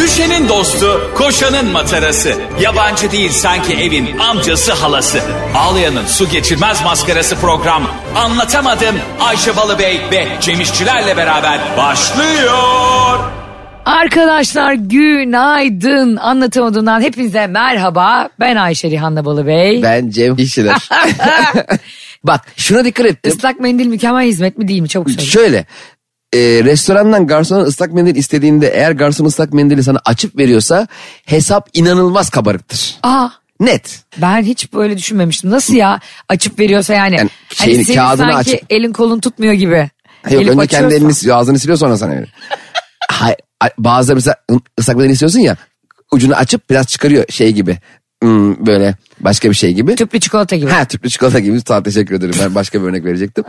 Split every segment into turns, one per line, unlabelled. Ayşe'nin dostu, koşanın matarası. Yabancı değil sanki evin amcası halası. Ağlayan'ın su geçirmez maskarası program. Anlatamadım Ayşe Balıbey ve Cemişçilerle beraber başlıyor.
Arkadaşlar günaydın. Anlatamadığımdan hepinize merhaba. Ben Ayşe Rihanna Balıbey.
Ben Cem İşçiler. Bak şuna dikkat ettim.
Islak mendil mükemmel hizmet mi değil mi? Çabuk söyle.
Şöyle. e, restorandan garsona ıslak mendil istediğinde eğer garson ıslak mendili sana açıp veriyorsa hesap inanılmaz kabarıktır.
Aa,
Net.
ben hiç böyle düşünmemiştim. Nasıl ya? Açıp veriyorsa yani.
Yani
hani
şeyini,
senin
kağıdını
sanki
açıp-
elin kolun tutmuyor gibi.
Yok
Gelip
önce
açıyorsa-
kendi elini ağzını siliyor sonra sana veriyor. Hayır, a- bazıları mesela ıslak mendil istiyorsun ya ucunu açıp biraz çıkarıyor şey gibi. Hmm, böyle başka bir şey gibi.
Tüplü çikolata gibi.
Ha tüplü çikolata gibi. Sağ teşekkür ederim. Ben başka bir örnek verecektim.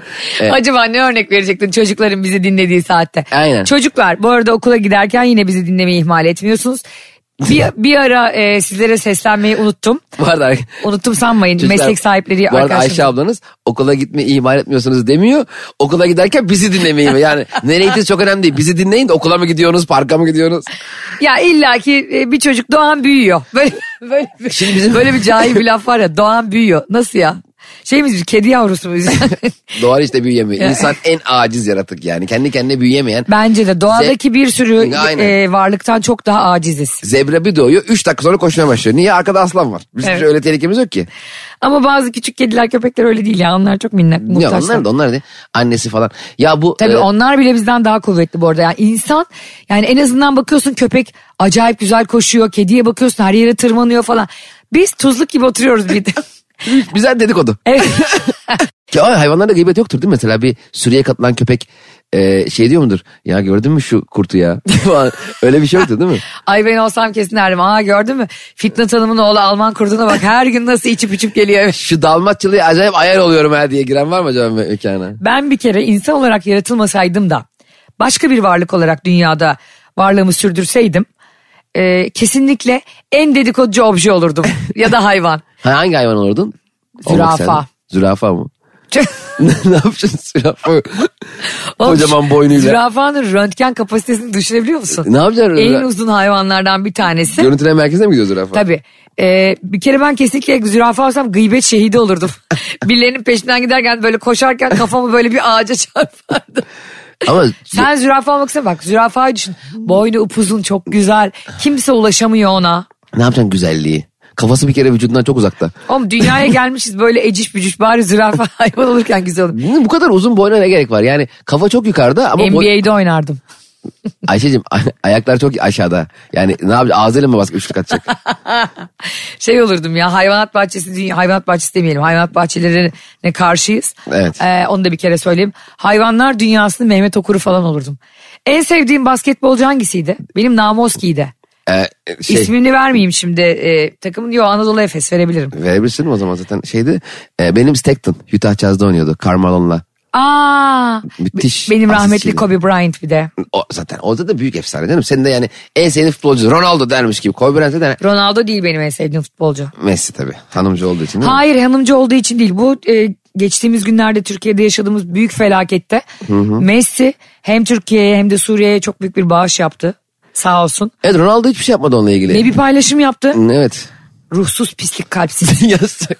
E,
Acaba ne örnek verecektin çocukların bizi dinlediği saatte?
Aynen.
Çocuklar bu arada okula giderken yine bizi dinlemeyi ihmal etmiyorsunuz. Bir, bir ara e, sizlere seslenmeyi unuttum.
bu arada
Unuttum sanmayın
Çocuklar,
meslek sahipleri
Bu arada
arkadaşlarımız.
Ayşe ablanız okula gitmeyi ihmal etmiyorsunuz demiyor. Okula giderken bizi dinlemeyi yani nereye gittiğiniz çok önemli değil. Bizi dinleyin de okula mı gidiyorsunuz parka mı gidiyorsunuz?
Ya illa ki e, bir çocuk doğan büyüyor. Böyle böyle bir,
Şimdi bizim-
böyle bir cahil bir laf var ya doğan büyüyor. Nasıl ya? Şey miyiz biz kedi yavrusu muyuz?
Doğar işte büyüyemiyor.
Ya.
İnsan en aciz yaratık yani. Kendi kendine büyüyemeyen.
Bence de doğadaki bir sürü
Aynen.
e, varlıktan çok daha aciziz.
Zebra bir doğuyor 3 dakika sonra koşmaya başlıyor. Niye arkada aslan var? Bizim
Evet.
öyle tehlikemiz yok ki.
Ama bazı küçük kediler köpekler öyle değil ya onlar çok minnak
Ya
muhtaçlar.
onlar da onlar da annesi falan. Ya bu
Tabii
e,
onlar bile bizden daha kuvvetli bu arada. Yani insan yani en azından bakıyorsun köpek acayip güzel koşuyor. Kediye bakıyorsun her yere tırmanıyor falan. Biz tuzluk gibi oturuyoruz bir de.
güzel dedikodu.
evet.
Ki ay, hayvanlarda gıybet yoktur değil mi? Mesela bir sürüye katılan köpek e, şey diyor mudur? Ya gördün mü şu kurtu ya? Falan. öyle bir şey yoktur değil mi?
Ay ben olsam kesin derdim. Aa gördün mü? Fitnat Hanım'ın oğlu Alman kurduna bak her gün nasıl içip içip geliyor.
şu dalmatçılığı acayip ayar oluyorum ha diye giren var mı acaba mü- mekana?
Ben bir kere insan olarak yaratılmasaydım da başka bir varlık olarak dünyada varlığımı sürdürseydim e, kesinlikle en dedikoducu obje olurdum ya da hayvan.
Ha, hangi hayvan olurdun? Olmak
Zürafa.
isterdin. Zürafa mı?
Çok-
ne yapacaksın zürafa?
Oğlum,
Kocaman boynuyla. E,
Zürafanın röntgen kapasitesini düşünebiliyor musun?
Ne yapacaksın?
En uzun hayvanlardan bir tanesi.
Görüntülen merkezine mi gidiyor zürafa?
Tabii. Ee, bir kere ben kesinlikle zürafa olsam gıybet şehidi olurdum. Birilerinin peşinden giderken böyle koşarken kafamı böyle bir ağaca çarpardım.
Ama
Sen zürafa olmak istedin bak zürafayı düşün. Boynu upuzun çok güzel. Kimse ulaşamıyor ona.
ne yapacaksın güzelliği? Kafası bir kere vücudundan çok uzakta.
Oğlum dünyaya gelmişiz böyle eciş bücüş bari zürafa hayvan olurken güzel olur.
Bu kadar uzun boyuna ne gerek var? Yani kafa çok yukarıda ama boy...
NBA'de oynardım.
Ayşe'cim ay- ayaklar çok aşağıda. Yani ne yapacak? Ağzıyla mı basıp üçlük atacak?
Şey olurdum ya hayvanat bahçesi, dünya, hayvanat bahçesi demeyelim. Hayvanat bahçelerine karşıyız.
Evet.
Ee, onu da bir kere söyleyeyim. Hayvanlar dünyasının Mehmet Okuru falan olurdum. En sevdiğim basketbolcu hangisiydi? Benim Namoski'ydi.
Ee, şey,
İsmini vermeyeyim şimdi. Ee, takımın yok Anadolu Efes verebilirim.
Verebilirsin o zaman zaten şeydi. e, benim Stockton Utah Jazz'da oynuyordu. Carmelo'nla.
Aa,
Müthiş.
benim
asistçiydi.
rahmetli Kobe Bryant bir de.
O, zaten o da büyük efsane canım. Senin de yani en sevdiğin futbolcu Ronaldo dermiş gibi. Kobe Bryant'e de
Ronaldo değil benim en sevdiğim futbolcu.
Messi tabii. Hanımcı olduğu için değil mi?
Hayır hanımcı olduğu için değil. Bu e, geçtiğimiz günlerde Türkiye'de yaşadığımız büyük felakette Messi hem Türkiye'ye hem de Suriye'ye çok büyük bir bağış yaptı. Sağ olsun.
Evet Ronaldo hiçbir şey yapmadı onunla ilgili.
Ne bir paylaşım yaptı.
Hı, Evet.
Ruhsuz pislik kalpsiz.
Yazık.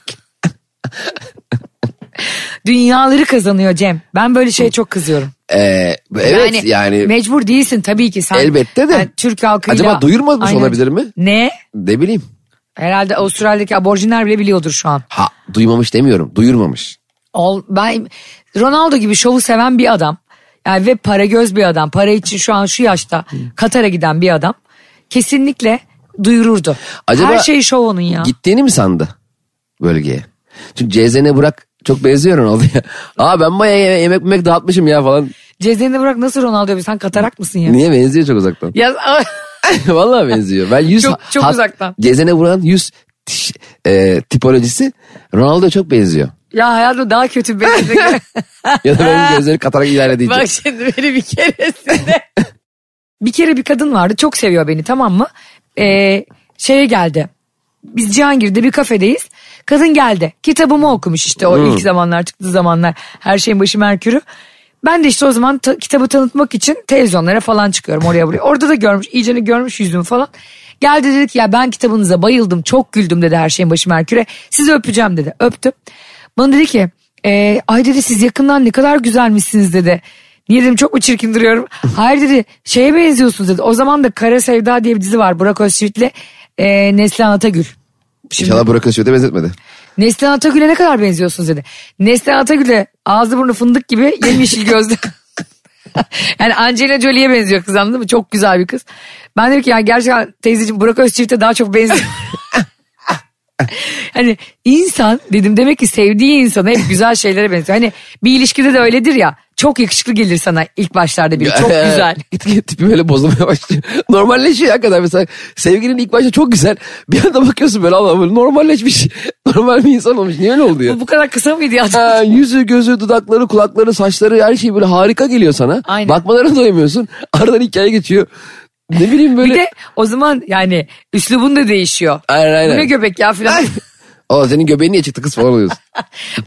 Dünyaları kazanıyor Cem. Ben böyle şeye çok kızıyorum.
Ee, evet yani,
Mecbur değilsin tabii ki sen.
Elbette de.
Yani Türk halkıyla.
Acaba duyurmamış
Aynen.
olabilir mi?
Ne?
ne bileyim.
Herhalde Avustralya'daki aborjinler bile biliyordur şu an.
Ha duymamış demiyorum. Duyurmamış.
Ol, ben Ronaldo gibi şovu seven bir adam. Yani ve para göz bir adam. Para için şu an şu yaşta Katar'a giden bir adam. Kesinlikle duyururdu.
Acaba
Her şey şov onun ya.
Gittiğini mi sandı bölgeye? Çünkü CZN Burak çok benziyor Ronaldo'ya. Aa ben bayağı yeme- yemek yemek dağıtmışım ya falan.
Cezeni bırak nasıl Ronaldo bir sen Katarak mısın ya?
Niye benziyor çok uzaktan?
Ya
Vallahi benziyor. Ben yüz
Çok- çok uzaktan.
Gezene vuran yüz tiş- e, tipolojisi Ronaldo'ya çok benziyor.
ya hayatım daha kötü şey. benim.
ya da benim gözleri katarak ilerlediği için.
Bak şimdi beni bir keresinde. bir kere bir kadın vardı çok seviyor beni tamam mı? Ee, şeye geldi. Biz Cihangir'de bir kafedeyiz. Kadın geldi. Kitabımı okumuş işte o ilk zamanlar çıktığı zamanlar. Her şeyin başı Merkür'ü. Ben de işte o zaman ta- kitabı tanıtmak için televizyonlara falan çıkıyorum oraya buraya. Orada da görmüş, iyicene görmüş yüzümü falan. Geldi dedi ki ya ben kitabınıza bayıldım, çok güldüm dedi her şeyin başı Merkür'e. Sizi öpeceğim dedi. Öptüm. Bana dedi ki "Ee, ay dedi siz yakından ne kadar güzelmişsiniz dedi. Niye dedim çok mu çirkin duruyorum? Hayır dedi şeye benziyorsunuz dedi. O zaman da Kara Sevda diye bir dizi var Burak Özçivit'le e, Neslihan Atagül. Şimdi-
İnşallah Burak Özçivit'e benzetmedi.
Neslihan Atagül'e ne kadar benziyorsunuz dedi. Neslihan Atagül'e ağzı burnu fındık gibi yemyeşil gözlü. yani Angelina Jolie'ye benziyor kız anladın mı? Çok güzel bir kız. Ben dedim ki yani gerçekten teyzeciğim Burak Özçivit'e daha çok benziyor. hani insan dedim demek ki sevdiği insana hep güzel şeylere benziyor. Hani bir ilişkide de öyledir ya. Çok yakışıklı gelir sana ilk başlarda biri. E, Çok güzel.
Gitgide tipi böyle bozulmaya başlıyor. Normalleşiyor hakikaten mesela. Sevgilinin ilk başta çok güzel. Bir anda bakıyorsun böyle Allah böyle normalleşmiş. Normal bir insan olmuş. Niye öyle oldu ya?
Bu, bu kadar kısa mıydı ya?
Ha, yüzü, gözü, dudakları, kulakları, saçları her şey böyle harika geliyor sana.
Aynen.
Bakmalarını doyamıyorsun. Aradan hikaye geçiyor. Ne bileyim böyle.
Bir de o zaman yani üslubun da değişiyor.
Aynen, aynen.
Bu ne göbek ya filan.
Ay. Aa, senin göbeğin niye çıktı kız falan oluyorsun.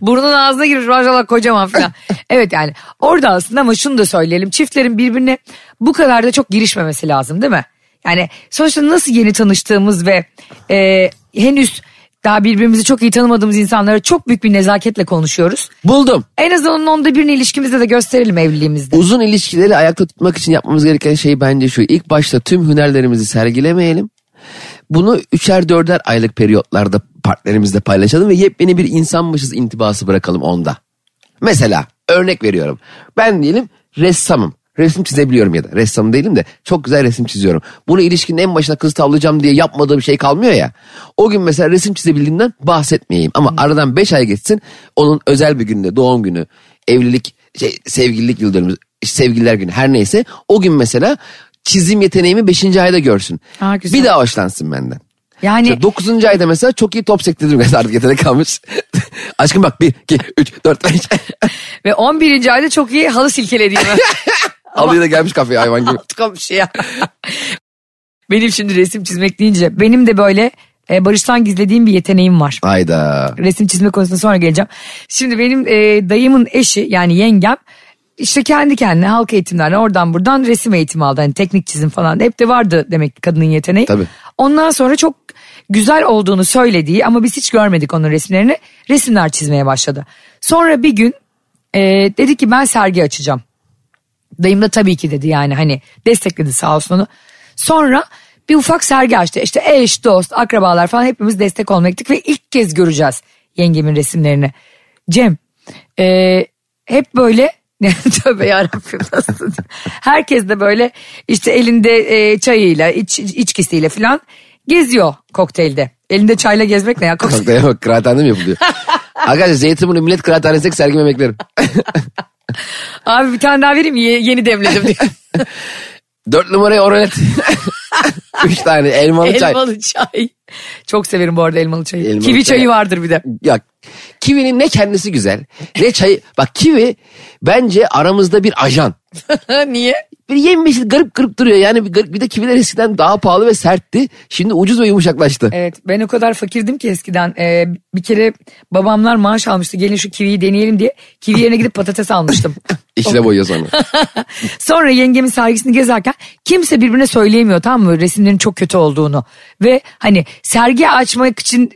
Burnun ağzına girmiş maşallah kocaman falan. evet yani orada aslında ama şunu da söyleyelim. Çiftlerin birbirine bu kadar da çok girişmemesi lazım değil mi? Yani sonuçta nasıl yeni tanıştığımız ve e, henüz daha birbirimizi çok iyi tanımadığımız insanlara çok büyük bir nezaketle konuşuyoruz.
Buldum.
En azından onun onda birini ilişkimizde de gösterelim evliliğimizde.
Uzun ilişkileri ayakta tutmak için yapmamız gereken şey bence şu. İlk başta tüm hünerlerimizi sergilemeyelim. Bunu üçer dörder aylık periyotlarda partnerimizle paylaşalım ve yepyeni bir insanmışız intibası bırakalım onda. Mesela örnek veriyorum. Ben diyelim ressamım. Resim çizebiliyorum ya da ressam değilim de çok güzel resim çiziyorum. Bunu ilişkinin en başına kız tavlayacağım diye yapmadığım şey kalmıyor ya. O gün mesela resim çizebildiğimden bahsetmeyeyim. Ama aradan 5 ay geçsin onun özel bir günde doğum günü, evlilik, şey, sevgililik yıl dönümü, sevgililer günü her neyse. O gün mesela çizim yeteneğimi 5. ayda görsün.
Aa, güzel.
Bir daha hoşlansın benden.
Yani
İşte 9. ayda mesela çok iyi top sektirdim. Artık yetenek kalmış. Aşkım bak 1, 2, 3, 4, 5.
ve 11. ayda çok iyi halı silkelediğimi.
Abiye da gelmiş kafeye hayvan gibi.
Tutkamış şey ya. benim şimdi resim çizmek deyince benim de böyle e, Barış'tan gizlediğim bir yeteneğim var.
Hayda.
resim çizme konusuna sonra geleceğim. Şimdi benim e, dayımın eşi yani yengem işte kendi kendine halk eğitimlerden oradan buradan resim eğitimi aldı. Hani teknik çizim falan hep de vardı demek ki kadının yeteneği.
Tabii.
Ondan sonra çok güzel olduğunu söylediği ama biz hiç görmedik onun resimlerini resimler çizmeye başladı. Sonra bir gün e, dedi ki ben sergi açacağım. Dayım da tabii ki dedi yani hani destekledi sağ olsun onu. Sonra bir ufak sergi açtı. İşte eş, dost, akrabalar falan hepimiz destek olmaktık ve ilk kez göreceğiz yengemin resimlerini. Cem e, hep böyle tövbe yarabbim nasıl diyeyim? Herkes de böyle işte elinde e, çayıyla iç, içkisiyle falan geziyor kokteylde. Elinde çayla gezmek ne ya? Kokteyl-
Kalk da bak kıraathane mi yapılıyor? Arkadaşlar Zeytinburnu Millet Kıraathanesi'ndeki sergime beklerim.
Abi bir tane daha vereyim ye- yeni demledim diye.
Dört numaraya oralet. Üç tane elmalı çay.
elmalı çay. Çok severim bu arada elmalı çayı.
Elmalı
Kivi
çay.
çayı vardır bir de.
Ya kivinin ne kendisi güzel ne çayı. Bak kivi bence aramızda bir ajan.
Niye?
Bir yemyeşil garip garip duruyor. Yani bir, garip- bir de kiviler eskiden daha pahalı ve sertti. Şimdi ucuz ve yumuşaklaştı.
Evet ben o kadar fakirdim ki eskiden. Ee, bir kere babamlar maaş almıştı gelin şu kiviyi deneyelim diye. Kivi yerine gidip patates almıştım.
İçine boyuyor sonra.
Sonra yengemin sergisini gezerken kimse birbirine söyleyemiyor tamam mı resimlerin çok kötü olduğunu. Ve hani sergi açmak için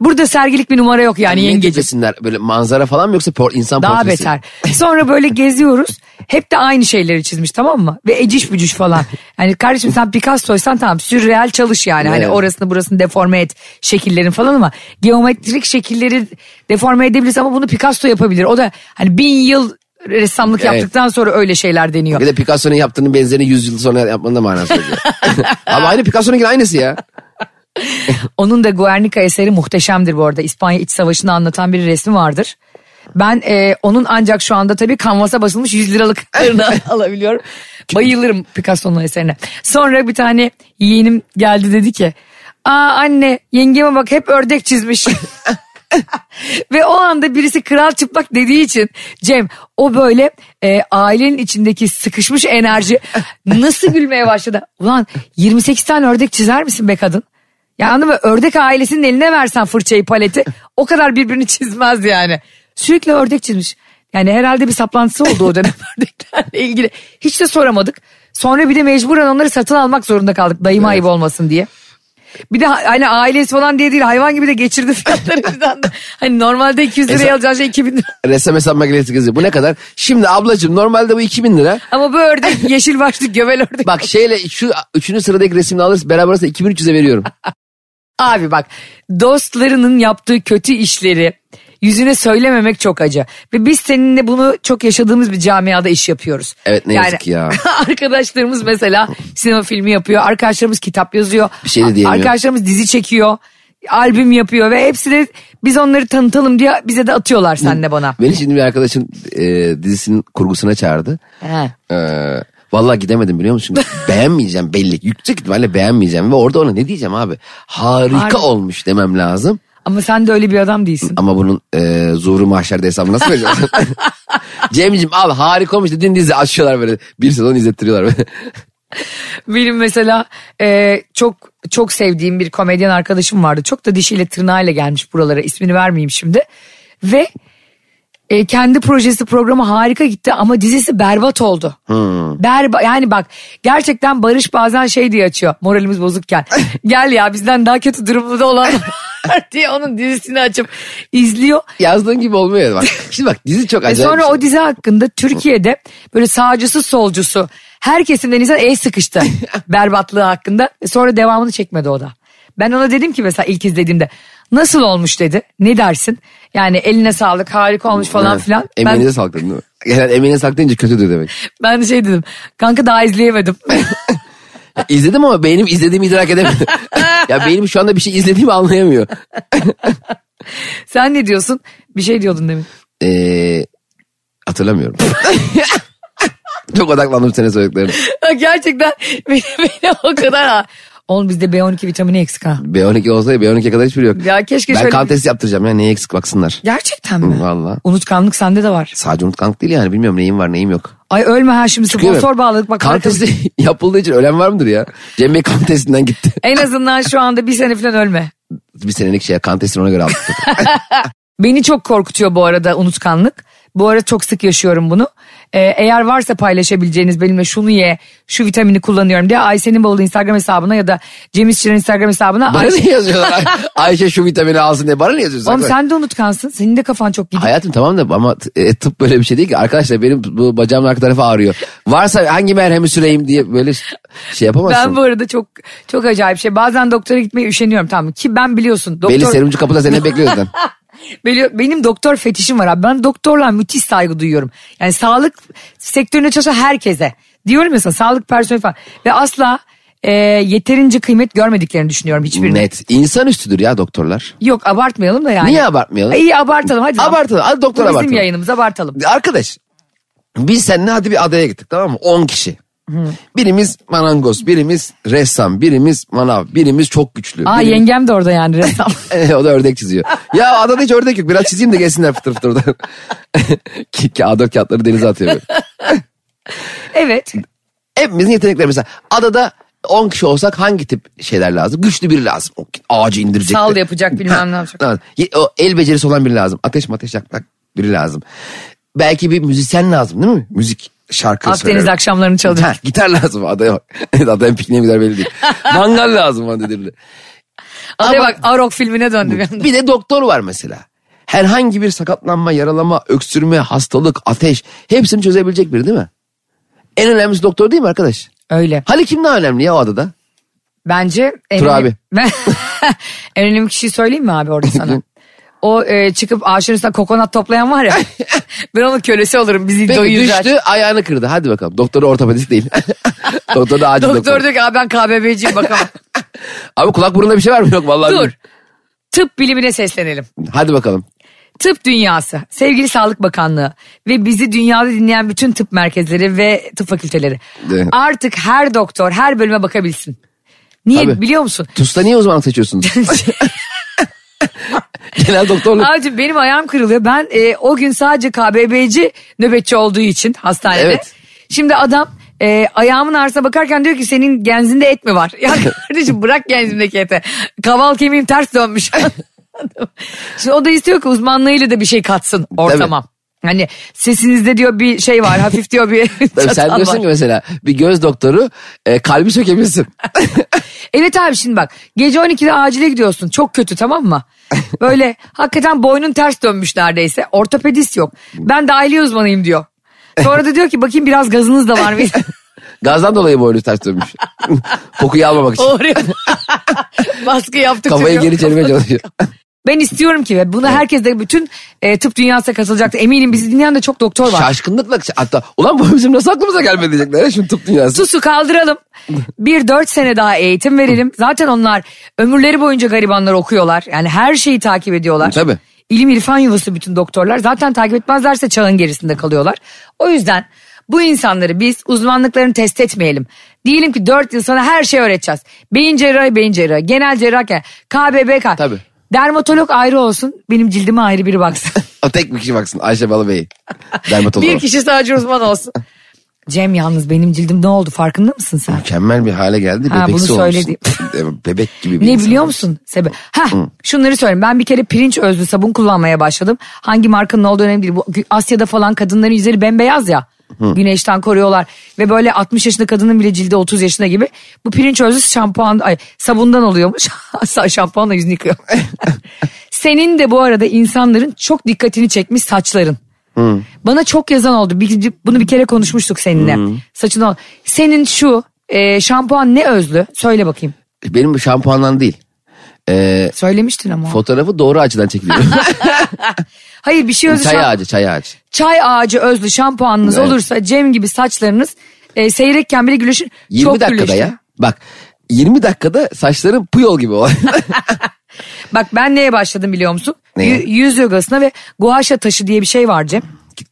burada sergilik bir numara yok yani
Niye
yengeci.
gecesinler böyle manzara falan mı yoksa por- insan
Daha
portresi?
beter. Sonra böyle geziyoruz. Hep de aynı şeyleri çizmiş tamam mı? Ve eciş bücüş falan. Yani kardeşim sen Picasso'ysan tamam sürreal çalış yani. Hani
Evet.
orasını burasını deforme et şekillerin falan ama geometrik şekilleri deforme edebilirsin ama bunu Picasso yapabilir. O da hani bin yıl ressamlık
Evet.
yaptıktan sonra öyle şeyler deniyor.
Bir de Picasso'nun yaptığının benzerini 100 yıl sonra yapmanın da manası yok. Ama aynı Picasso'nunkin aynısı ya.
Onun da Guernica eseri muhteşemdir bu arada. İspanya İç Savaşı'nı anlatan bir resmi vardır. Ben e, onun ancak şu anda tabii kanvasa basılmış 100 liralık tırnağı alabiliyorum. Bayılırım Picasso'nun eserine. Sonra bir tane yeğenim geldi dedi ki Aa anne yengeme bak hep ördek çizmiş. Ve o anda birisi kral çıplak dediği için Cem o böyle e, ailenin içindeki sıkışmış enerji nasıl gülmeye başladı. Ulan 28 tane ördek çizer misin be kadın? Ya anladın mı? Ördek ailesinin eline versen fırçayı paleti o kadar birbirini çizmez yani. Sürekli ördek çizmiş. Yani herhalde bir saplantısı oldu o dönem ördeklerle ilgili. Hiç de soramadık. Sonra bir de mecburen onları satın almak zorunda kaldık dayıma ayıp olmasın diye. Bir de ha- hani ailesi falan diye değil hayvan gibi de geçirdi fiyatları birden de. Hani normalde 200 liraya
Esa-
alacağın şey 2000 lira.
Ressam hesap makinesi kızıyor. Bu ne kadar? Şimdi ablacığım normalde bu 2000 lira.
Ama bu ördek yeşil başlı göbel ördek.
Bak şeyle şu üçüncü sıradaki resmini alırız beraber arasında 2300'e veriyorum.
Abi bak dostlarının yaptığı kötü işleri yüzüne söylememek çok acı. Ve biz seninle bunu çok yaşadığımız bir camiada iş yapıyoruz.
Evet, ne yazık ya.
Arkadaşlarımız mesela sinema filmi yapıyor. Arkadaşlarımız kitap yazıyor.
Bir şey de diyemiyorum.
Arkadaşlarımız dizi çekiyor. Albüm yapıyor ve hepsi de biz onları tanıtalım diye bize de atıyorlar senle bana.
Beni şimdi bir arkadaşım e, dizisinin kurgusuna çağırdı.
He.
E, vallahi gidemedim biliyor musun? Çünkü beğenmeyeceğim belli. Yüksek ihtimalle beğenmeyeceğim. Ve orada ona ne diyeceğim abi? Harika
Harika.
olmuş demem lazım.
Ama sen de öyle bir adam değilsin.
Ama bunun e, zuhuru mahşerde hesabı nasıl vereceğim? Cem'ciğim abi harika olmuş dediğin dizi açıyorlar böyle. Bir sezon izlettiriyorlar böyle.
Benim mesela e, çok çok sevdiğim bir komedyen arkadaşım vardı. Çok da dişiyle tırnağıyla gelmiş buralara. İsmini vermeyeyim şimdi. Ve e, kendi projesi programı harika gitti ama dizisi berbat oldu. Berba yani bak gerçekten Barış bazen şey diye açıyor moralimiz bozukken. Gel ya bizden daha kötü durumda olan var diye onun dizisini açıp izliyor.
Yazdığın gibi olmuyor bak. Şimdi bak dizi çok
Ve
acayip.
E, sonra
bir şey.
o dizi hakkında Türkiye'de böyle sağcısı solcusu her kesimden insan el sıkıştı berbatlığı hakkında. Ve Sonra devamını çekmedi o da. Ben ona dedim ki mesela ilk izlediğimde nasıl olmuş dedi. Ne dersin? Yani eline sağlık harika olmuş falan
şey. Evet.
filan.
Emeğinize
Ben,
sakladın değil mi? Genel emeğine saklayınca kötüdür demek.
ben de şey dedim kanka daha izleyemedim.
İzledim ama beynim izlediğimi idrak edemedim. ya beynim şu anda bir şey izlediğimi anlayamıyor.
Sen ne diyorsun? Bir şey diyordun demin.
Ee, hatırlamıyorum. Çok odaklandım senin söylediklerine.
Gerçekten beni, beni o kadar ha. Oğlum bizde B12 vitamini eksik ha.
B12 olsaydı B12'ye kadar hiçbir yok.
Ya keşke
ben
şöyle-
kan testi yaptıracağım ya neye eksik baksınlar.
Gerçekten mi?
Valla.
Unutkanlık sende de var.
Sadece unutkanlık değil yani bilmiyorum neyim var neyim yok.
Ay ölme ha şimdi
Çıkıyor mu?
sponsor bağladık bak.
Kan testi yapıldığı için ölen var mıdır ya? Cem Bey kan testinden gitti.
En azından şu anda bir sene falan ölme.
bir senelik şey kan testini ona göre aldık.
Beni çok korkutuyor bu arada unutkanlık. Bu ara çok sık yaşıyorum bunu. Ee, eğer varsa paylaşabileceğiniz benimle şunu ye, şu vitamini kullanıyorum diye Ayşe'nin bavulu Instagram hesabına ya da Cem İşçilerin Instagram hesabına.
Bana
Ayşe,
ne yazıyorlar? Ay- Ayşe şu vitamini alsın diye bana ne yazıyorsun?
oğlum sen de unutkansın. Senin de kafan çok gidiyor.
Hayatım tamam da ama t- e, tıp böyle bir şey değil ki. Arkadaşlar benim bu bacağımın arka tarafı ağrıyor. Varsa hangi merhemi süreyim diye böyle şey yapamazsın.
Ben bu arada çok çok acayip şey. Bazen doktora gitmeye üşeniyorum tamam mı? Ki ben biliyorsun. Doktor...
Beli serumcu kapıda seni bekliyor zaten.
Beli- Benim doktor fetişim var abi. Ben doktorla müthiş saygı duyuyorum. Yani sağlık sektöründe çalışan herkese. Diyorum ya sana sağlık personeli falan. Ve asla e, yeterince kıymet görmediklerini düşünüyorum hiçbirine.
Net. İnsan üstüdür ya doktorlar.
Yok abartmayalım da yani.
Niye abartmayalım?
E, İyi abartalım hadi. lan.
Abartalım, hadi doktor
Bu bizim
abartalım.
yayınımız abartalım.
Arkadaş biz seninle hadi bir adaya gittik tamam mı? 10 kişi. Birimiz marangoz, birimiz ressam, birimiz manav, birimiz çok güçlü.
Aa
birimiz-
yengem de orada yani ressam.
Eh, o da ördek çiziyor. Ya adada hiç ördek yok. Biraz çizeyim de gelsinler fıtır fıtır oradan. Ki- ki A4 kağıtları denize atıyor. böyle.
evet.
Hepimizin yetenekleri mesela. Adada 10 kişi olsak hangi tip şeyler lazım? Güçlü biri lazım. O ağacı indirecek.
Sal
de.
yapacak, bilmem
Ha,
ne yapacak.
lazım. Ye- O el becerisi olan biri lazım. Ateş mateş yakmak biri lazım. Belki bir müzisyen lazım değil mi? Müzik şarkı
Akdeniz
söylemek.
akşamlarını çalacak.
Ha, gitar lazım adaya bak. Adaya pikniğe gider belli değil. Mangal lazım bana dedirdi.
Adaya
Ama-
bak Arok filmine döndüm. bir anda.
Bir de doktor var mesela. Herhangi bir sakatlanma, yaralama, öksürme, hastalık, ateş hepsini çözebilecek biri değil mi? En önemlisi doktor değil mi arkadaş?
Öyle.
Hali kim daha önemli ya o adada?
Bence en
Tur
önemli-
abi.
Ben- en önemli kişiyi söyleyeyim mi abi orada sana? O e, çıkıp ağaçın üstüne kokonat toplayan var ya. ben onun kölesi olurum. Bizi
Peki
doyuracak.
düştü ayağını kırdı hadi bakalım. Doktoru ortopedist değil. doktor da acil doktor.
Doktor diyor ki "Aa, ben KBB'ciyim bakalım.
Abi kulak burunda bir şey var mı? Yok vallahi.
Dur.
bilmiyorum.
Tıp bilimine seslenelim.
Hadi bakalım.
Tıp dünyası, sevgili Sağlık Bakanlığı ve bizi dünyada dinleyen bütün tıp merkezleri ve tıp fakülteleri.
Evet.
Artık her doktor her bölüme bakabilsin. Niye
Tabii.
biliyor musun?
TUS'ta niye uzmanlık seçiyorsunuz? Genel doktorluk.
Abicim benim ayağım kırılıyor. Ben e, o gün sadece KBB'ci nöbetçi olduğu için hastanede.
Evet.
Şimdi adam e, ayağımın ağrısına bakarken diyor ki senin genzinde et mi var? Ya kardeşim bırak genzimdeki ete. Kaval kemiğim ters dönmüş. Şimdi o da istiyor ki uzmanlığıyla da bir şey katsın ortama. Hani sesinizde diyor bir şey var hafif diyor bir
Tabii sen
çatal
diyorsun
var.
ki mesela bir göz doktoru e, kalbi sökebilirsin.
Evet abi şimdi bak gece 12'de acile gidiyorsun çok kötü tamam mı? Böyle hakikaten boynun ters dönmüş neredeyse ortopedist yok. Ben de aile uzmanıyım diyor. Sonra da diyor ki bakayım biraz gazınız da var mı?
Gazdan dolayı boynu ters dönmüş. Kokuyu almamak için.
Oraya baskı yaptık.
Kafayı
çocuğa.
geri çevirmeye çalışıyor.
Ben istiyorum ki ve buna herkes de bütün e, tıp dünyasına katılacaktır. Eminim bizi dinleyen de çok doktor var.
Şaşkınlıkla hatta ulan bu bizim nasıl aklımıza gelmedi diyecekler ya şimdi tıp dünyası.
Susu kaldıralım. Bir dört sene daha eğitim verelim. Zaten onlar ömürleri boyunca garibanlar okuyorlar. Yani her şeyi takip ediyorlar.
Tabii.
İlim irfan yuvası bütün doktorlar. Zaten takip etmezlerse çağın gerisinde kalıyorlar. O yüzden bu insanları biz uzmanlıklarını test etmeyelim. Diyelim ki dört yıl sonra her şey öğreteceğiz. Beyin cerrahı beyin cerrahı, genel cerrah genel- KBBK.
Tabii.
Dermatolog ayrı olsun, benim cildime ayrı biri baksın.
O tek bir kişi baksın Ayşe Balıbey. Dermatolog.
bir kişi sadece uzman olsun. Cem yalnız benim cildim ne oldu farkında mısın sen?
Mükemmel bir hale geldi.
Ha,
Bebeksi
bunu
olmuşsun.
söyledi.
E, Bebek gibi bir
Ne
insan.
biliyor musun? Sebep. Ha, şunları söyleyeyim. Ben bir kere pirinç özlü sabun kullanmaya başladım. Hangi markanın olduğu önemli değil. Bu Gü- Asya'da falan kadınların yüzleri bembeyaz ya. Güneşten koruyorlar ve böyle 60 yaşında kadının bile cildi 30 yaşında gibi. Bu pirinç özlü şampuan ay sabundan oluyormuş. Sa- Şampuanla yüzünü yıkıyor. Senin de bu arada insanların çok dikkatini çekmiş saçların. Bana çok yazan oldu. Bir- Bunu bir kere konuşmuştuk seninle. Saçın ol. Senin şu e, şampuan ne özlü? Söyle bakayım.
Benim şampuandan değil.
Söylemiştin ama.
Fotoğrafı doğru açıdan çekiliyor.
Hayır bir şey özlü
çay
şam-
ağacı çay ağacı.
çay ağacı özlü şampuanınız
Evet.
olursa Cem gibi saçlarınız e, seyrekken bile gülüşür.
20
Çok
dakikada
gülüştü.
ya. Bak 20 dakikada saçların puyol gibi olan.
Bak ben neye başladım biliyor musun?
Neye?
Yü- yüz yogasına ve guaşa taşı diye bir şey var Cem.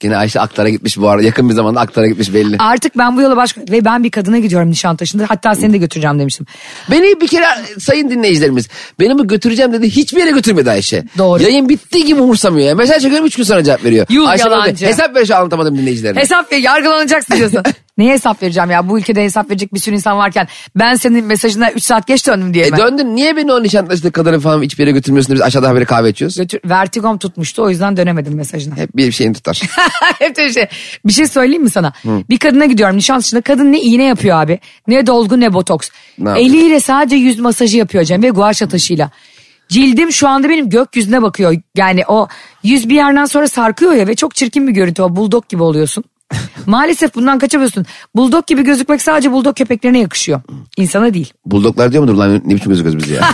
Gene Ayşe Aktar'a gitmiş bu arada. Yakın bir zamanda Aktar'a gitmiş belli.
Artık ben bu yola başka ve ben bir kadına gidiyorum Nişantaşı'nda hatta seni de götüreceğim demiştim.
Beni bir kere sayın dinleyicilerimiz beni mi götüreceğim dedi hiçbir yere götürmedi Ayşe.
Doğru.
Yayın bittiği gibi umursamıyor. ya. Mesaj çekiyorum 3 gün sonra cevap veriyor.
Yuh,
Ayşe bana
yalancı.
diyor, Hesap ver şu anlatamadım dinleyicilerime.
Hesap ver yargılanacaksın diyorsun. Neye hesap vereceğim ya bu ülkede hesap verecek bir sürü insan varken ben senin mesajına 3 saat geç döndüm diye
E
mi?
döndün niye beni o nişantaşıda kadını falan hiçbir yere götürmüyorsun biz aşağıda haberi kahve içiyoruz.
Götür, vertigom tutmuştu o yüzden dönemedim mesajına.
Hep bir şeyini tutar.
Hep de şey. Bir şey söyleyeyim mi sana? Bir kadına gidiyorum nişanlısına. Kadın ne iğne yapıyor abi. Ne dolgu ne botoks.
Ne yapıyor?
Eliyle sadece yüz masajı yapıyor Cem ve guaşa taşıyla. Cildim şu anda benim gökyüzüne bakıyor. Yani o yüz bir yerden sonra sarkıyor ya ve çok çirkin bir görüntü o. Buldog gibi oluyorsun. Maalesef bundan kaçamıyorsun. Buldog gibi gözükmek sadece buldog köpeklerine yakışıyor. İnsana değil.
Buldoklar diyor mudur lan ne biçim gözüküyoruz biz ya.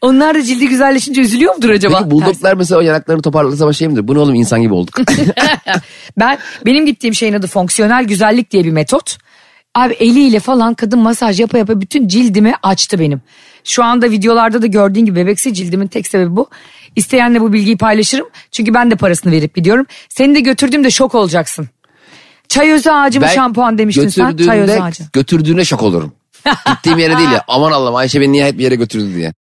Onlar da cildi güzelleşince üzülüyor mudur acaba?
Peki buldoklar mesela o yanaklarını toparladığı zaman şey midir? Bu ne oğlum insan gibi olduk.
ben benim gittiğim şeyin adı fonksiyonel güzellik diye bir metot. Abi eliyle falan kadın masaj yapa yapa bütün cildimi açtı benim. Şu anda videolarda da gördüğün gibi bebeksi cildimin tek sebebi bu. İsteyenle bu bilgiyi paylaşırım. Çünkü ben de parasını verip gidiyorum. Seni de götürdüğümde şok olacaksın. Çay özü ağacı mı şampuan demiştin sen? Çay özü
götürdüğünde-
ağacı.
Götürdüğüne şok olurum. Gittiğim yere değil ya aman Allah'ım Ayşe beni nihayet bir yere götürdü diye.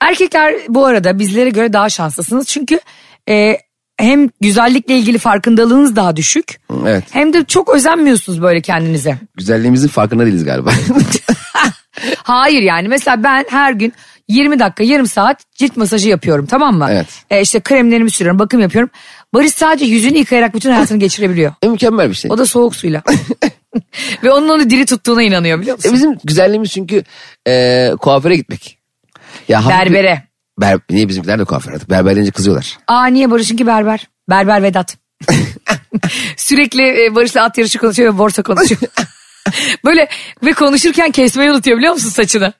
Erkekler bu arada bizlere göre daha şanslısınız. Çünkü e, hem güzellikle ilgili farkındalığınız daha düşük.
Evet.
Hem de çok özenmiyorsunuz böyle kendinize.
Güzelliğimizin farkında değiliz galiba.
Hayır yani mesela ben her gün 20 dakika yarım saat cilt masajı yapıyorum tamam mı?
Evet.
E işte kremlerimi sürüyorum bakım yapıyorum. Barış sadece yüzünü yıkayarak bütün hayatını geçirebiliyor.
E, Mükemmel bir şey.
O da soğuk suyla. Ve onun onu diri tuttuğuna inanıyor biliyor
E
musun?
bizim güzelliğimiz çünkü e, kuaföre gitmek. Ya hafif bir-
Berbere.
Ber, niye bizimkiler de kuaför artık? Berber deyince kızıyorlar.
Aa niye Barış'ınki berber? Berber Vedat. Sürekli e, Barış'la at yarışı konuşuyor ve borsa konuşuyor. böyle ve konuşurken kesmeyi unutuyor biliyor musun saçını?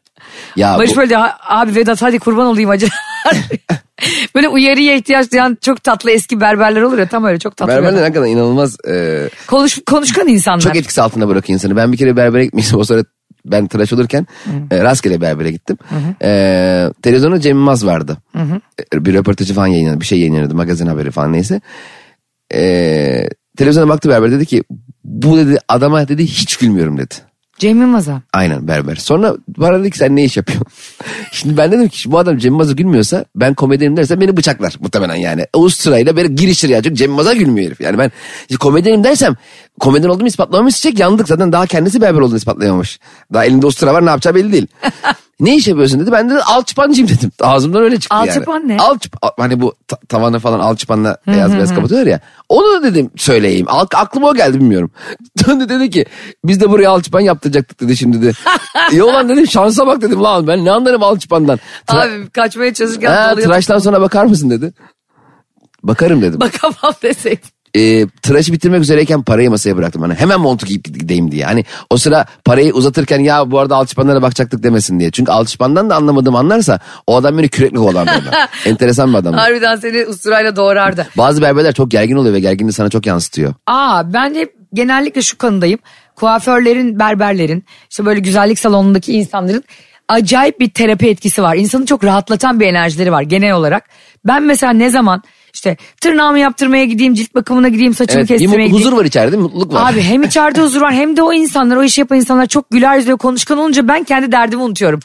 Ya
Barış
bu-
böyle "Ha- abi Vedat hadi kurban olayım acı. böyle uyarıya ihtiyaç duyan çok tatlı eski berberler olur ya tam öyle çok tatlı.
berberler
böyle.
hakikaten inanılmaz e,
Konuş, konuşkan insanlar.
çok etkisi altında bırakıyor insanı. Ben bir kere berbere gitmiştim o sırada ben tıraş olurken e, rastgele berbere gittim. E, televizyonda Cem Yılmaz vardı. E, bir röportajı falan yayınladı. Bir şey yayınladı. Magazin haberi falan neyse. E, televizyona baktı berber dedi ki bu dedi adama dedi hiç gülmüyorum dedi.
Cem Yılmaz'a.
Aynen berber. Sonra bana dedi ki sen ne iş yapıyorsun? Şimdi ben dedim ki bu adam Cem Yılmaz'a gülmüyorsa ben komedyenim derse beni bıçaklar muhtemelen yani. O sırayla beni girişir ya. Çünkü Cem Yılmaz'a gülmüyor herif. Yani ben komedyenim dersem komedyen olduğumu ispatlamamı isteyecek yandık. Zaten daha kendisi berber olduğunu ispatlayamamış. Daha elinde ustura var ne yapacağı belli değil. Ne iş yapıyorsun dedi. Ben de alçıpancıyım dedim. Ağzımdan öyle çıktı
Alçıpan
yani.
ne?
Alçıpan Hani bu ta- tavana falan alçıpanla beyaz beyaz kapatıyorlar ya. Onu dedim söyleyeyim. Al- aklıma o geldi bilmiyorum. Döndü dedi ki biz de buraya alçıpan yaptıracaktık dedi şimdi dedi. İyi olan dedim şansa bak dedim lan ben ne anlarım alçıpandan. Tra-
Abi kaçmaya çalışırken
ha,
doluyor.
tıraştan sonra bakar mısın dedi. Bakarım dedim.
Bakamam deseydin.
e, tıraşı bitirmek üzereyken parayı masaya bıraktım. Hani hemen montu giyip gideyim diye. Hani o sıra parayı uzatırken ya bu arada alçıpanlara bakacaktık demesin diye. Çünkü alçıpandan da anlamadığımı anlarsa o adam beni kürekle kovalardı. orada. Enteresan bir adam.
Harbiden seni usturayla doğrardı.
Bazı berberler çok gergin oluyor ve gerginliği sana çok yansıtıyor.
Aa ben de genellikle şu kanıdayım. Kuaförlerin, berberlerin, işte böyle güzellik salonundaki insanların acayip bir terapi etkisi var. İnsanı çok rahatlatan bir enerjileri var genel olarak. Ben mesela ne zaman işte tırnağımı yaptırmaya gideyim, cilt bakımına gideyim, saçımı
Evet, bir
kestirmeye
mutlu-
gideyim.
huzur var içeride değil mi? Mutluluk var.
Abi hem içeride huzur var hem de o insanlar, o işi yapan insanlar çok güler yüzlü ve konuşkan olunca ben kendi derdimi unutuyorum.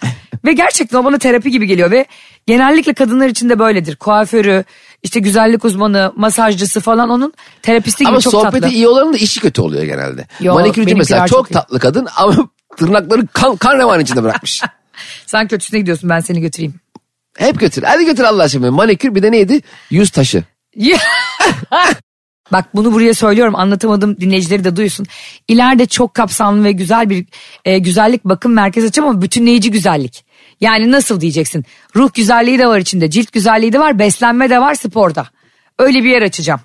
ve gerçekten o bana terapi gibi geliyor ve genellikle kadınlar için de böyledir. Kuaförü, işte güzellik uzmanı, masajcısı falan onun terapisti gibi
Ama
çok
sohbeti
tatlı.
iyi olanın da işi kötü oluyor genelde.
Yo,
Manikürcü
benimkiler
mesela çok,
çok iyi.
tatlı kadın ama tırnakları kan, kan revan içinde bırakmış.
Sen kötüsüne gidiyorsun ben seni götüreyim.
Hep götür. Hadi götür Allah aşkına. Manikür bir de neydi? Yüz taşı.
Ya. Bak bunu buraya söylüyorum anlatamadım dinleyicileri de duysun. İleride çok kapsamlı ve güzel bir e, güzellik bakım merkezi açacağım ama bütünleyici güzellik. Yani nasıl diyeceksin? Ruh güzelliği de var içinde, cilt güzelliği de var, beslenme de var, sporda. Öyle bir yer açacağım.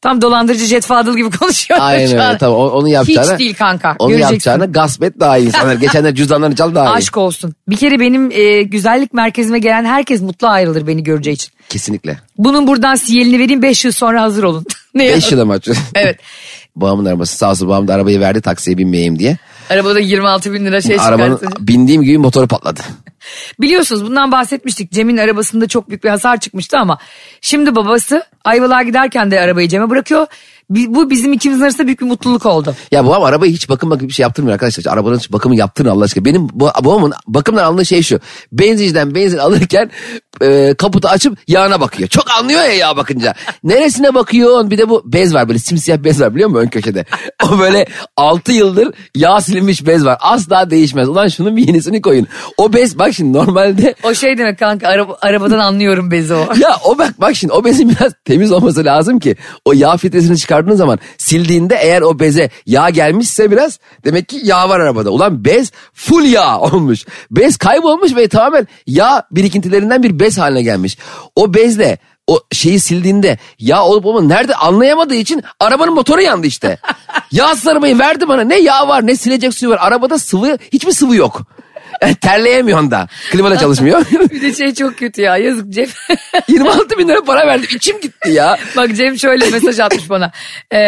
Tam dolandırıcı Jet Fadıl gibi konuşuyor.
Aynen öyle tamam o- onu yapacağına.
Hiç değil kanka.
Onu
göreceksin.
yapacağına gasp et daha iyi insanlar. Geçenler cüzdanlarını çal daha iyi.
Aşk olsun. Bir kere benim e, güzellik merkezime gelen herkes mutlu ayrılır beni göreceği için.
Kesinlikle.
Bunun buradan sinyalini vereyim 5 yıl sonra hazır olun. ne ya?
5 yıl amaç.
Evet.
Babamın arabası sağ olsun babam da arabayı verdi taksiye binmeyeyim diye.
Arabada 26 bin lira şey
Arabanın
çıkarttı.
bindiğim gibi motoru patladı.
Biliyorsunuz bundan bahsetmiştik. Cem'in arabasında çok büyük bir hasar çıkmıştı ama şimdi babası Ayvalık'a giderken de arabayı Cem'e bırakıyor. Bi- Bu bizim ikimizin arasında büyük bir mutluluk oldu.
Ya babam arabayı hiç bakım bakım bir şey yaptırmıyor arkadaşlar. Arabanın hiç bakımı yaptırın Allah aşkına. Benim bu- babamın bakımdan anladığı şey şu. Benzinciden benzin alırken e, kaputu açıp yağına bakıyor. Çok anlıyor ya yağ bakınca. Neresine bakıyorsun? Bir de bu bez var böyle simsiyah bez var biliyor musun ön köşede? O böyle 6 yıldır yağ silinmiş bez var. Asla değişmez. Ulan şunun bir yenisini koyun. O bez bak şimdi normalde
O şey demek kanka araba- arabadan anlıyorum bezi o.
ya o bak bak şimdi o bezin biraz temiz olması lazım ki o yağ filtresini çıkardığın zaman sildiğinde eğer o beze yağ gelmişse biraz demek ki yağ var arabada. Ulan bez full yağ olmuş. Bez kaybolmuş ve tamamen yağ birikintilerinden bir bez haline gelmiş. O bezle o şeyi sildiğinde yağ olup olmadığını nerede anlayamadığı için arabanın motoru yandı işte. Yağsız arabayı verdi bana ne yağ var ne silecek suyu var arabada sıvı hiçbir sıvı yok. E, Terleyemiyorsun da klima da çalışmıyor.
Bir de şey çok kötü ya yazık Cem.
26 bin lira para verdim içim gitti ya.
Bak Cem şöyle mesaj atmış bana. Ee,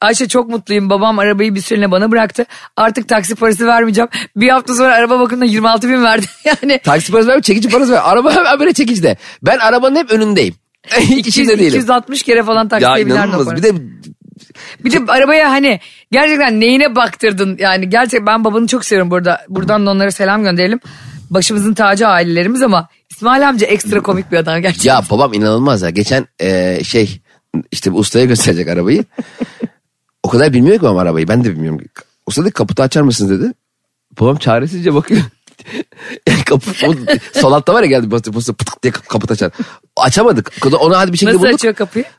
Ayşe çok mutluyum. Babam arabayı bir süreliğine bana bıraktı. Artık taksi parası vermeyeceğim. Bir hafta sonra araba bakımına 26 bin verdi. Yani
Taksi parası vermiyor çekici parası vermiyor. Araba hemen böyle çekicide. Ben arabanın hep önündeyim. Hiç içinde
200,
değilim.
260 kere falan taksiye
ya
biner
inanılmaz. Bir de
Bir de arabaya hani gerçekten neyine baktırdın yani gerçek ben babanı çok seviyorum burada. Buradan da onlara selam gönderelim. Başımızın tacı ailelerimiz ama İsmail amca ekstra komik bir adam gerçekten.
ya babam inanılmaz ya. Geçen eee, şey işte bu ustaya gösterecek arabayı. o kadar bilmiyor ki babam arabayı. Ben de bilmiyorum. Usta dedi kaputu açar mısınız dedi. Babam çaresizce bakıyor. kapı, o, sol altta var ya geldi bastı bastı pıtık diye kapı- kaput açar. Açamadık. Ona hadi bir şekilde
Nasıl
bulduk.
açıyor kapıyı?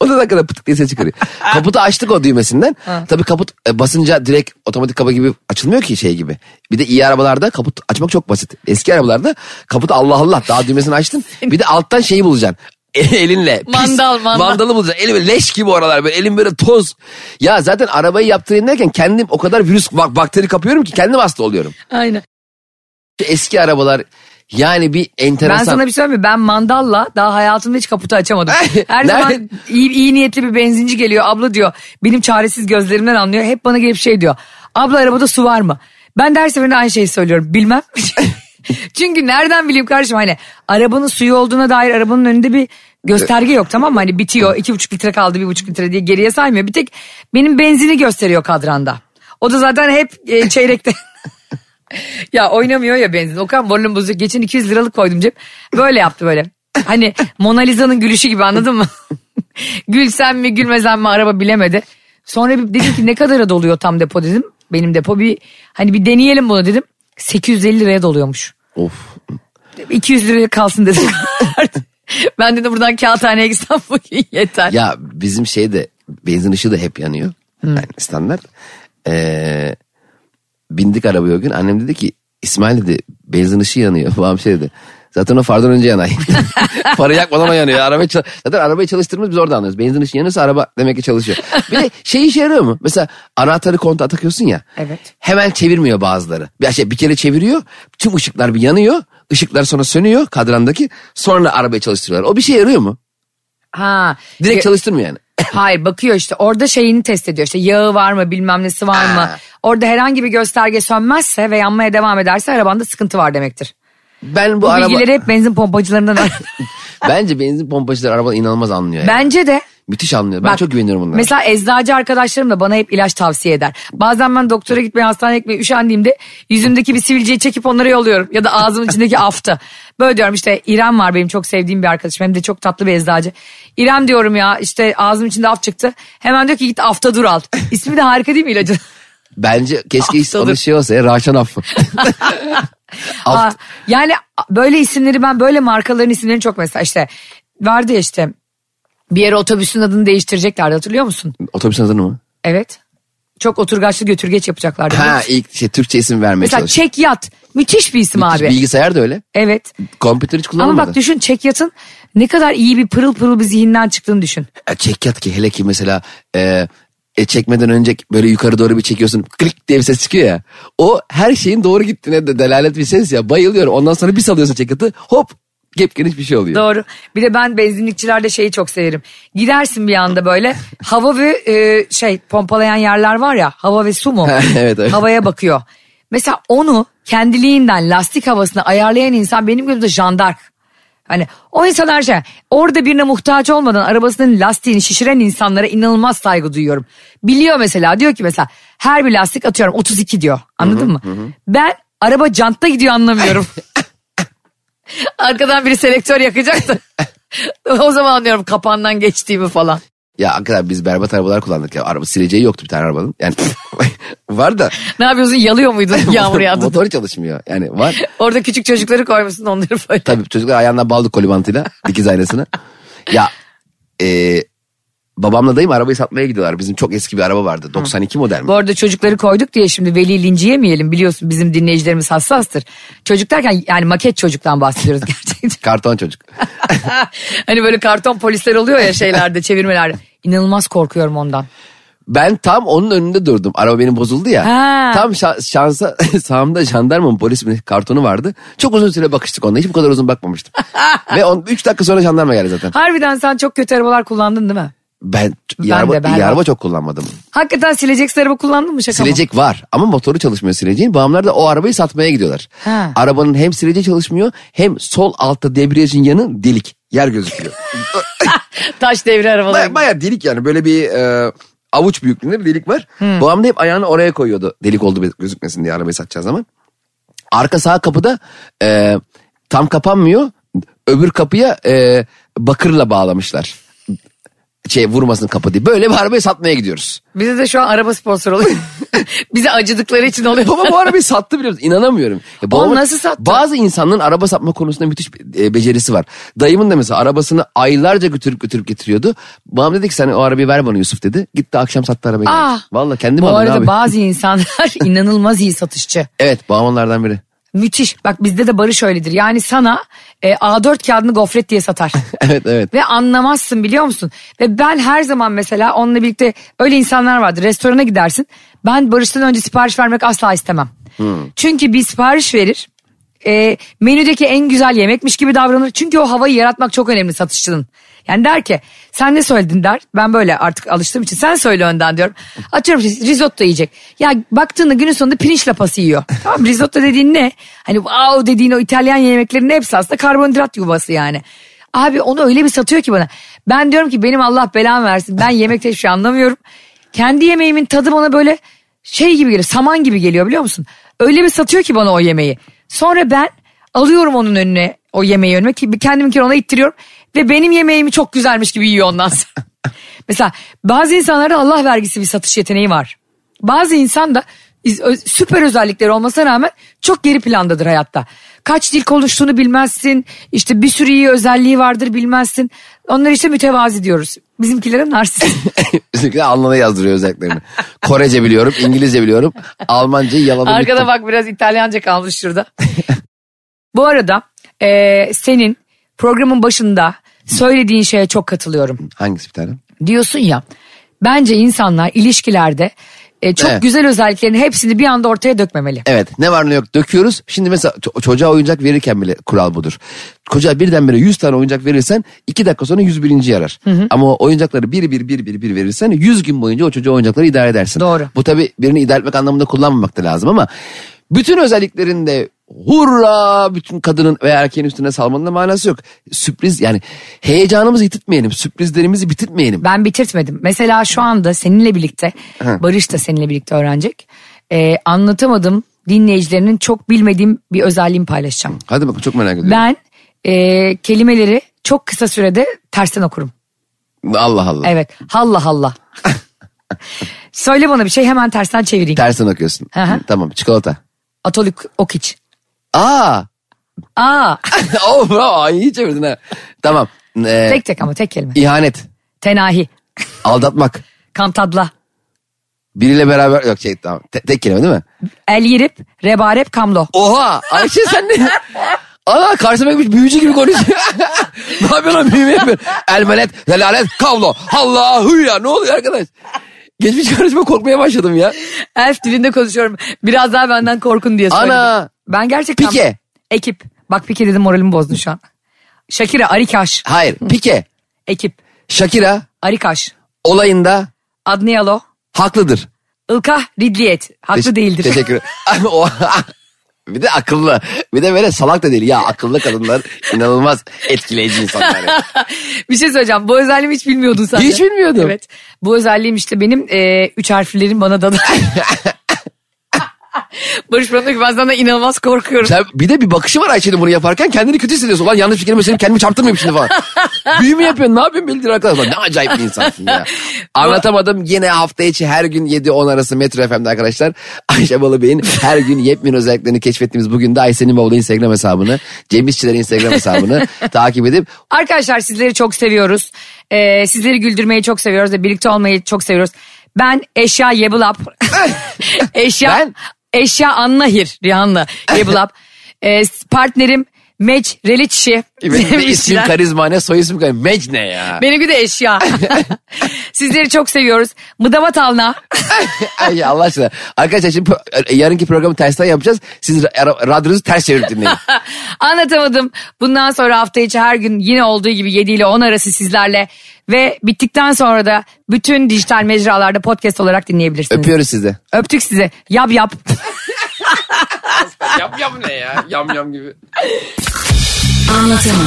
O da dakikada pıtık diye ses çıkarıyor. Kaputu açtık o düğmesinden. Tabii kaput e, basınca direkt otomatik kapı gibi açılmıyor ki şey gibi. Bir de iyi arabalarda kaput açmak çok basit. Eski arabalarda kaput Allah Allah daha düğmesini açtın. Bir de alttan şeyi bulacaksın. E- Elinle. pis,
Mandal, mandal.
Mandalı bulacaksın. Elim böyle leş gibi oralar böyle. Elim böyle toz. Ya zaten arabayı yaptırayım derken kendim o kadar virüs bak, bakteri kapıyorum ki kendim hasta oluyorum.
Aynen.
Şu Eski arabalar yani bir enteresan.
Ben sana bir şey söyleyeyim mi? Ben mandalla daha hayatımda hiç kaputu açamadım. Her
Nerede?
zaman iyi, iyi niyetli bir benzinci geliyor. Abla diyor benim çaresiz gözlerimden anlıyor. Hep bana gelip şey diyor. Abla arabada su var mı? Ben de her seferinde aynı şeyi söylüyorum. Bilmem. Çünkü nereden bileyim kardeşim hani arabanın suyu olduğuna dair arabanın önünde bir gösterge yok tamam mı? Hani bitiyor iki buçuk litre kaldı bir buçuk litre diye geriye saymıyor. Bir tek benim benzini gösteriyor kadranda. O da zaten hep e, çeyrekte. Ya oynamıyor ya benzin. Okan moralım bozuk. Geçen 200 liralık koydum cep. Böyle yaptı böyle. Hani Mona Lisa'nın gülüşü gibi anladın mı? Gülsem mi gülmesem mi araba bilemedi. Sonra bir dedim ki ne kadara doluyor tam depo dedim. Benim depo bir hani bir deneyelim bunu dedim. 850 liraya doluyormuş.
Of.
200 liraya kalsın dedim. ben dedim buradan kağıthaneye gitsem bugün yeter.
Ya bizim şey de benzin ışığı da hep yanıyor. Yani standart. Ee, bindik arabaya o gün. Annem dedi ki İsmail dedi benzin ışığı yanıyor. Babam şey dedi. Zaten o fardan önce yanar. Para yakmadan o yanıyor. Arabayı çal- Zaten arabayı çalıştırmamız biz orada anlıyoruz. Benzin ışığı yanıyorsa araba demek ki çalışıyor. Bir de şey işe yarıyor mu? Mesela anahtarı kontağa takıyorsun ya.
Evet.
Hemen çevirmiyor bazıları. Bir, şey, bir kere çeviriyor. Tüm ışıklar bir yanıyor. Işıklar sonra sönüyor kadrandaki. Sonra arabayı çalıştırıyorlar. O bir şey yarıyor mu?
Ha. Ee,
Direkt
Ya-
çalıştırmıyor yani.
Hayır bakıyor işte orada şeyini test ediyor işte yağı var mı bilmem nesi var mı.
Ha.
Orada herhangi bir gösterge sönmezse ve yanmaya devam ederse arabanda sıkıntı var demektir.
Ben bu,
Bu
araba
bilgileri hep benzin pompacılarından öğrendim.
bence benzin pompacıları arabadan inanılmaz anlıyor. yani.
Bence de
Müthiş anlıyor. Ben
Bak,
çok güveniyorum bunlara.
Mesela eczacı arkadaşlarım da bana hep ilaç tavsiye eder. Bazen ben doktora gitmeye hastaneye gitmeye üşendiğimde yüzümdeki bir sivilceyi çekip onlara yolluyorum. Ya da ağzımın içindeki aftı. Böyle diyorum işte İrem var benim çok sevdiğim bir arkadaşım. Hem de çok tatlı bir eczacı. İrem diyorum ya işte ağzım içinde aft çıktı. Hemen diyor ki git afta dur al. İsmi de harika değil mi ilacın?
Bence keşke hiç
Haftadır.
onun şey olsa ya Raşan Affı.
Aa, yani böyle isimleri ben böyle markaların isimlerini çok mesela işte vardı ya işte bir yere otobüsün adını değiştireceklerdi hatırlıyor musun?
Otobüsün adını mı?
Evet. Çok oturgaçlı götürgeç yapacaklardı. biliyor
Ha
musun?
ilk şey Türkçe isim vermeye
Mesela
çalışıyor.
çek yat. Müthiş bir isim abi.
Bilgisayar da öyle.
Evet.
Kompüter hiç kullanılmadı.
Ama bak düşün çek yatın ne kadar iyi bir pırıl pırıl bir zihinden çıktığını düşün.
Ya çekyat E, ki hele ki mesela e, e, çekmeden önce böyle yukarı doğru bir çekiyorsun klik diye bir ses çıkıyor ya. O her şeyin doğru gittiğine de delalet bir ses ya bayılıyorum. Ondan sonra bir salıyorsun çekyatı hop gepgeniş bir şey oluyor.
Doğru. Bir de ben benzinlikçilerde şeyi çok severim. Gidersin bir anda böyle hava ve e, şey pompalayan yerler var ya hava ve su mu?
Evet, evet.
Havaya bakıyor. Mesela onu kendiliğinden lastik havasını ayarlayan insan benim gözümde jandark. Hani o insan her şey. Orada birine muhtaç olmadan arabasının lastiğini şişiren insanlara inanılmaz saygı duyuyorum. Biliyor mesela diyor ki mesela her bir lastik atıyorum 32 diyor. Anladın mı? Ben araba jantta gidiyor anlamıyorum. Arkadan biri selektör yakacak da. o zaman anlıyorum kapandan geçtiğimi falan.
Ya hakikaten biz berbat arabalar kullandık ya. Araba sileceği yoktu bir tane arabanın. Yani var da
Ne yapıyorsun yalıyor muydun yağmur yağdı?
motor çalışmıyor. Yani var.
Orada küçük çocukları koymuşsun onları böyle.
Tabii çocuklar ayağından bağlı kolibantıyla dikiz aynasına. ya e, babamla dayım arabayı satmaya gidiyorlar. Bizim çok eski bir araba vardı. 92 model mi?
Bu arada çocukları koyduk diye şimdi veli linci yemeyelim. Biliyorsun bizim dinleyicilerimiz hassastır. Çocuk derken yani maket çocuktan bahsediyoruz gerçekten.
Karton çocuk.
hani böyle karton polisler oluyor ya şeylerde çevirmelerde. İnanılmaz korkuyorum ondan.
Ben tam onun önünde durdum. Araba benim bozuldu ya.
Ha.
Tam şa- şansa sağımda jandarma mı polis mi kartonu vardı. Çok uzun süre bakıştık onunla. Hiç bu kadar uzun bakmamıştım. Ve 3 dakika sonra jandarma geldi zaten.
Harbiden sen çok kötü arabalar kullandın değil mi?
Ben, iyi
Ben
araba,
de, ben
iyi
de.
araba çok kullanmadım.
Hakikaten sileceksin araba kullandın mı şaka mı?
Silecek var ama motoru çalışmıyor sileceğin. Babamlar da o arabayı satmaya gidiyorlar.
Ha.
Arabanın hem sileceği çalışmıyor hem sol altta debriyajın yanı delik. Yer gözüküyor.
Taş devri arabalar.
Baya, baya delik yani böyle bir e, avuç büyüklüğünde bir delik var. Babam da hep ayağını oraya koyuyordu delik oldu be- gözükmesin diye arabayı satacağı zaman. Arka sağ kapıda e, tam kapanmıyor. Öbür kapıya e, bakırla bağlamışlar. Şey vurmasın kapı diye. Böyle bir arabayı satmaya gidiyoruz.
Bize de şu an araba sponsor oluyor. Bize acıdıkları için oluyor.
Baba bu arabayı sattı biliyor musun? İnanamıyorum. Ya
Oğlum
babamın-
nasıl sattı?
Bazı insanların araba satma konusunda müthiş bir, e, becerisi var. Dayımın da mesela arabasını aylarca götürüp götürüp getiriyordu. Babam dedi ki sen o arabayı ver bana Yusuf dedi. Gitti akşam sattı arabayı.
Ah.
Valla kendim
Bu
aldım
arada
abi.
bazı insanlar inanılmaz iyi satışçı.
evet babam onlardan biri.
Müthiş. Bak bizde de Barış öyledir. Yani sana e, A4 kağıdını gofret diye satar.
Evet evet.
Ve anlamazsın biliyor musun? Ve ben her zaman mesela onunla birlikte öyle insanlar vardır. Restorana gidersin. Ben Barış'tan önce sipariş vermek asla istemem. Çünkü bir sipariş verir. e, menüdeki en güzel yemekmiş gibi davranır. Çünkü o havayı yaratmak çok önemli satışçının. Yani der ki sen ne söyledin der. Ben böyle artık alıştığım için sen söyle önden diyorum. Atıyorum ris- risotto yiyecek. Ya baktığında günün sonunda pirinç lapası yiyor. Tamam risotto dediğin ne? Hani wow dediğin o İtalyan yemeklerinin hepsi aslında karbonhidrat yuvası yani. Abi onu öyle bir satıyor ki bana. Ben diyorum ki benim Allah belamı versin. Ben yemekte hiçbir şey anlamıyorum. Kendi yemeğimin tadı bana böyle şey gibi geliyor. Saman gibi geliyor biliyor musun? Öyle bir satıyor ki bana o yemeği. Sonra ben alıyorum onun önüne o yemeği önüme ki kendimi kere ona ittiriyorum. Ve benim yemeğimi çok güzelmiş gibi yiyor ondan sonra. Mesela bazı insanlarda Allah vergisi bir satış yeteneği var. Bazı insan da biz öz- süper özellikleri olmasına rağmen çok geri plandadır hayatta. Kaç dil konuştuğunu bilmezsin. işte bir sürü iyi özelliği vardır bilmezsin. Onlar işte mütevazi diyoruz. Bizimkilere narsist.
Bizimkiler Alman'a yazdırıyor özelliklerini. Korece biliyorum, İngilizce biliyorum. Almancayı yaladım.
Arkada
bittim.
bak biraz İtalyanca kalmış şurada. Bu arada eee, senin programın başında söylediğin şeye çok katılıyorum.
Hangisi bir tane?
diyorsun ya bence insanlar ilişkilerde e, çok
Evet.
güzel özelliklerini hepsini bir anda ortaya dökmemeli.
Evet ne var ne yok döküyoruz. Şimdi mesela ço- çocuğa oyuncak verirken bile kural budur. Çocuğa birdenbire 100 tane oyuncak verirsen 2 dakika sonra 101. yarar. Ama o oyuncakları bir bir bir bir bir verirsen 100 gün boyunca o çocuğa oyuncakları idare edersin.
Doğra.
Bu tabii birini idare etmek anlamında kullanmamak da lazım ama bütün özelliklerinde hurra bütün kadının veya erkeğin üstüne salmanın da manası yok. Sürpriz yani heyecanımızı yitirtmeyelim, sürprizlerimizi bitirtmeyelim.
Ben bitirtmedim. Mesela şu anda seninle birlikte Barış da seninle birlikte öğrenecek. E, anlatamadım dinleyicilerinin çok bilmediğim bir özelliğimi paylaşacağım.
Hadi bakalım çok merak ediyorum.
Ben e, kelimeleri çok kısa sürede tersten okurum.
Allah Allah.
Evet. Halla halla. Söyle bana bir şey hemen tersten çevireyim.
Tersten okuyorsun.
Hı hı.
Tamam çikolata.
Atolik Okiç.
Aa
Aa,
oh bravo ay, iyi çevirdin ha. Tamam. Ee,
tek tek ama tek kelime.
ihanet,
Tenahi.
aldatmak,
Kantadla.
biriyle beraber yok şey tamam. Te- tek kelime değil mi?
El yirip, rebarep kamlo.
Oha Ayşe sen ne? Ana karşıma gitmiş büyücü gibi konuşuyor. ne yapıyorsun lan büyüme yapıyorsun? Elmelet, zelalet, kavlo. Allahu ya ne oluyor arkadaş? Geçmiş karışma korkmaya başladım ya.
Elf dilinde konuşuyorum. Biraz daha benden korkun diye söyledim.
Ana!
Ben gerçekten...
Pike.
Ekip. Bak Pike dedim moralimi bozdun şu an. Şakira, Arikaş.
Hayır pike.
Ekip.
Shakira
Arikaş.
olayında
Adniyalo.
haklıdır.
Ilka, Ridliyet. Haklı
Teş-
değildir.
Teşekkür ederim. Oha. bir de akıllı. Bir de böyle salak da değil. Ya akıllı kadınlar inanılmaz etkileyici insanlar. ya.
bir şey söyleyeceğim. Bu özelliğimi hiç bilmiyordun sen. de.
Hiç bilmiyordum.
Evet. Bu özelliğim işte benim e, üç harflerim bana dadı. Barış bana diyor ki ben senden inanılmaz korkuyorum.
Sen bir de bir bakışı var Ayşe'nin bunu yaparken kendini kötü hissediyorsun. Ulan yanlış fikrimi söyleyeyim kendimi çarptırmayayım şimdi falan. Büyü mü yapıyorsun ne yapıyorsun bildir arkadaşlar. Ne acayip bir insansın ya. Anlatamadım yine hafta içi her gün 7-10 arası Metro FM'de arkadaşlar. Ayşe Balıbey'in her gün yepyeni özelliklerini keşfettiğimiz bugün de Ayşe'nin bavulu Instagram hesabını, Cem İşçiler'in Instagram hesabını takip edip
Arkadaşlar sizleri çok seviyoruz. Ee, sizleri güldürmeyi çok seviyoruz ve birlikte olmayı çok seviyoruz. Ben Eşya Yebulap. eşya
Ben-
Eşya Annahir Rihanna Yebulap. Ee, partnerim Meç Reliçşi.
Benim isim karizma ne soy isim karizma. Mecne ya.
Benimki de eşya. sizleri çok seviyoruz. Mıdama Tavna.
Ay Allah aşkına. Arkadaşlar şimdi pro- e, yarınki programı tersten yapacağız. Siz ra- radyonuzu ters çevirip dinleyin.
Anlatamadım. Bundan sonra hafta içi her gün yine olduğu gibi 7 ile 10 arası sizlerle ve bittikten sonra da bütün dijital mecralarda podcast olarak dinleyebilirsiniz.
Öpüyoruz sizi.
Öptük size. Yap yap.
Yam yam ne ya? Yam yam gibi.
Anlatamadım.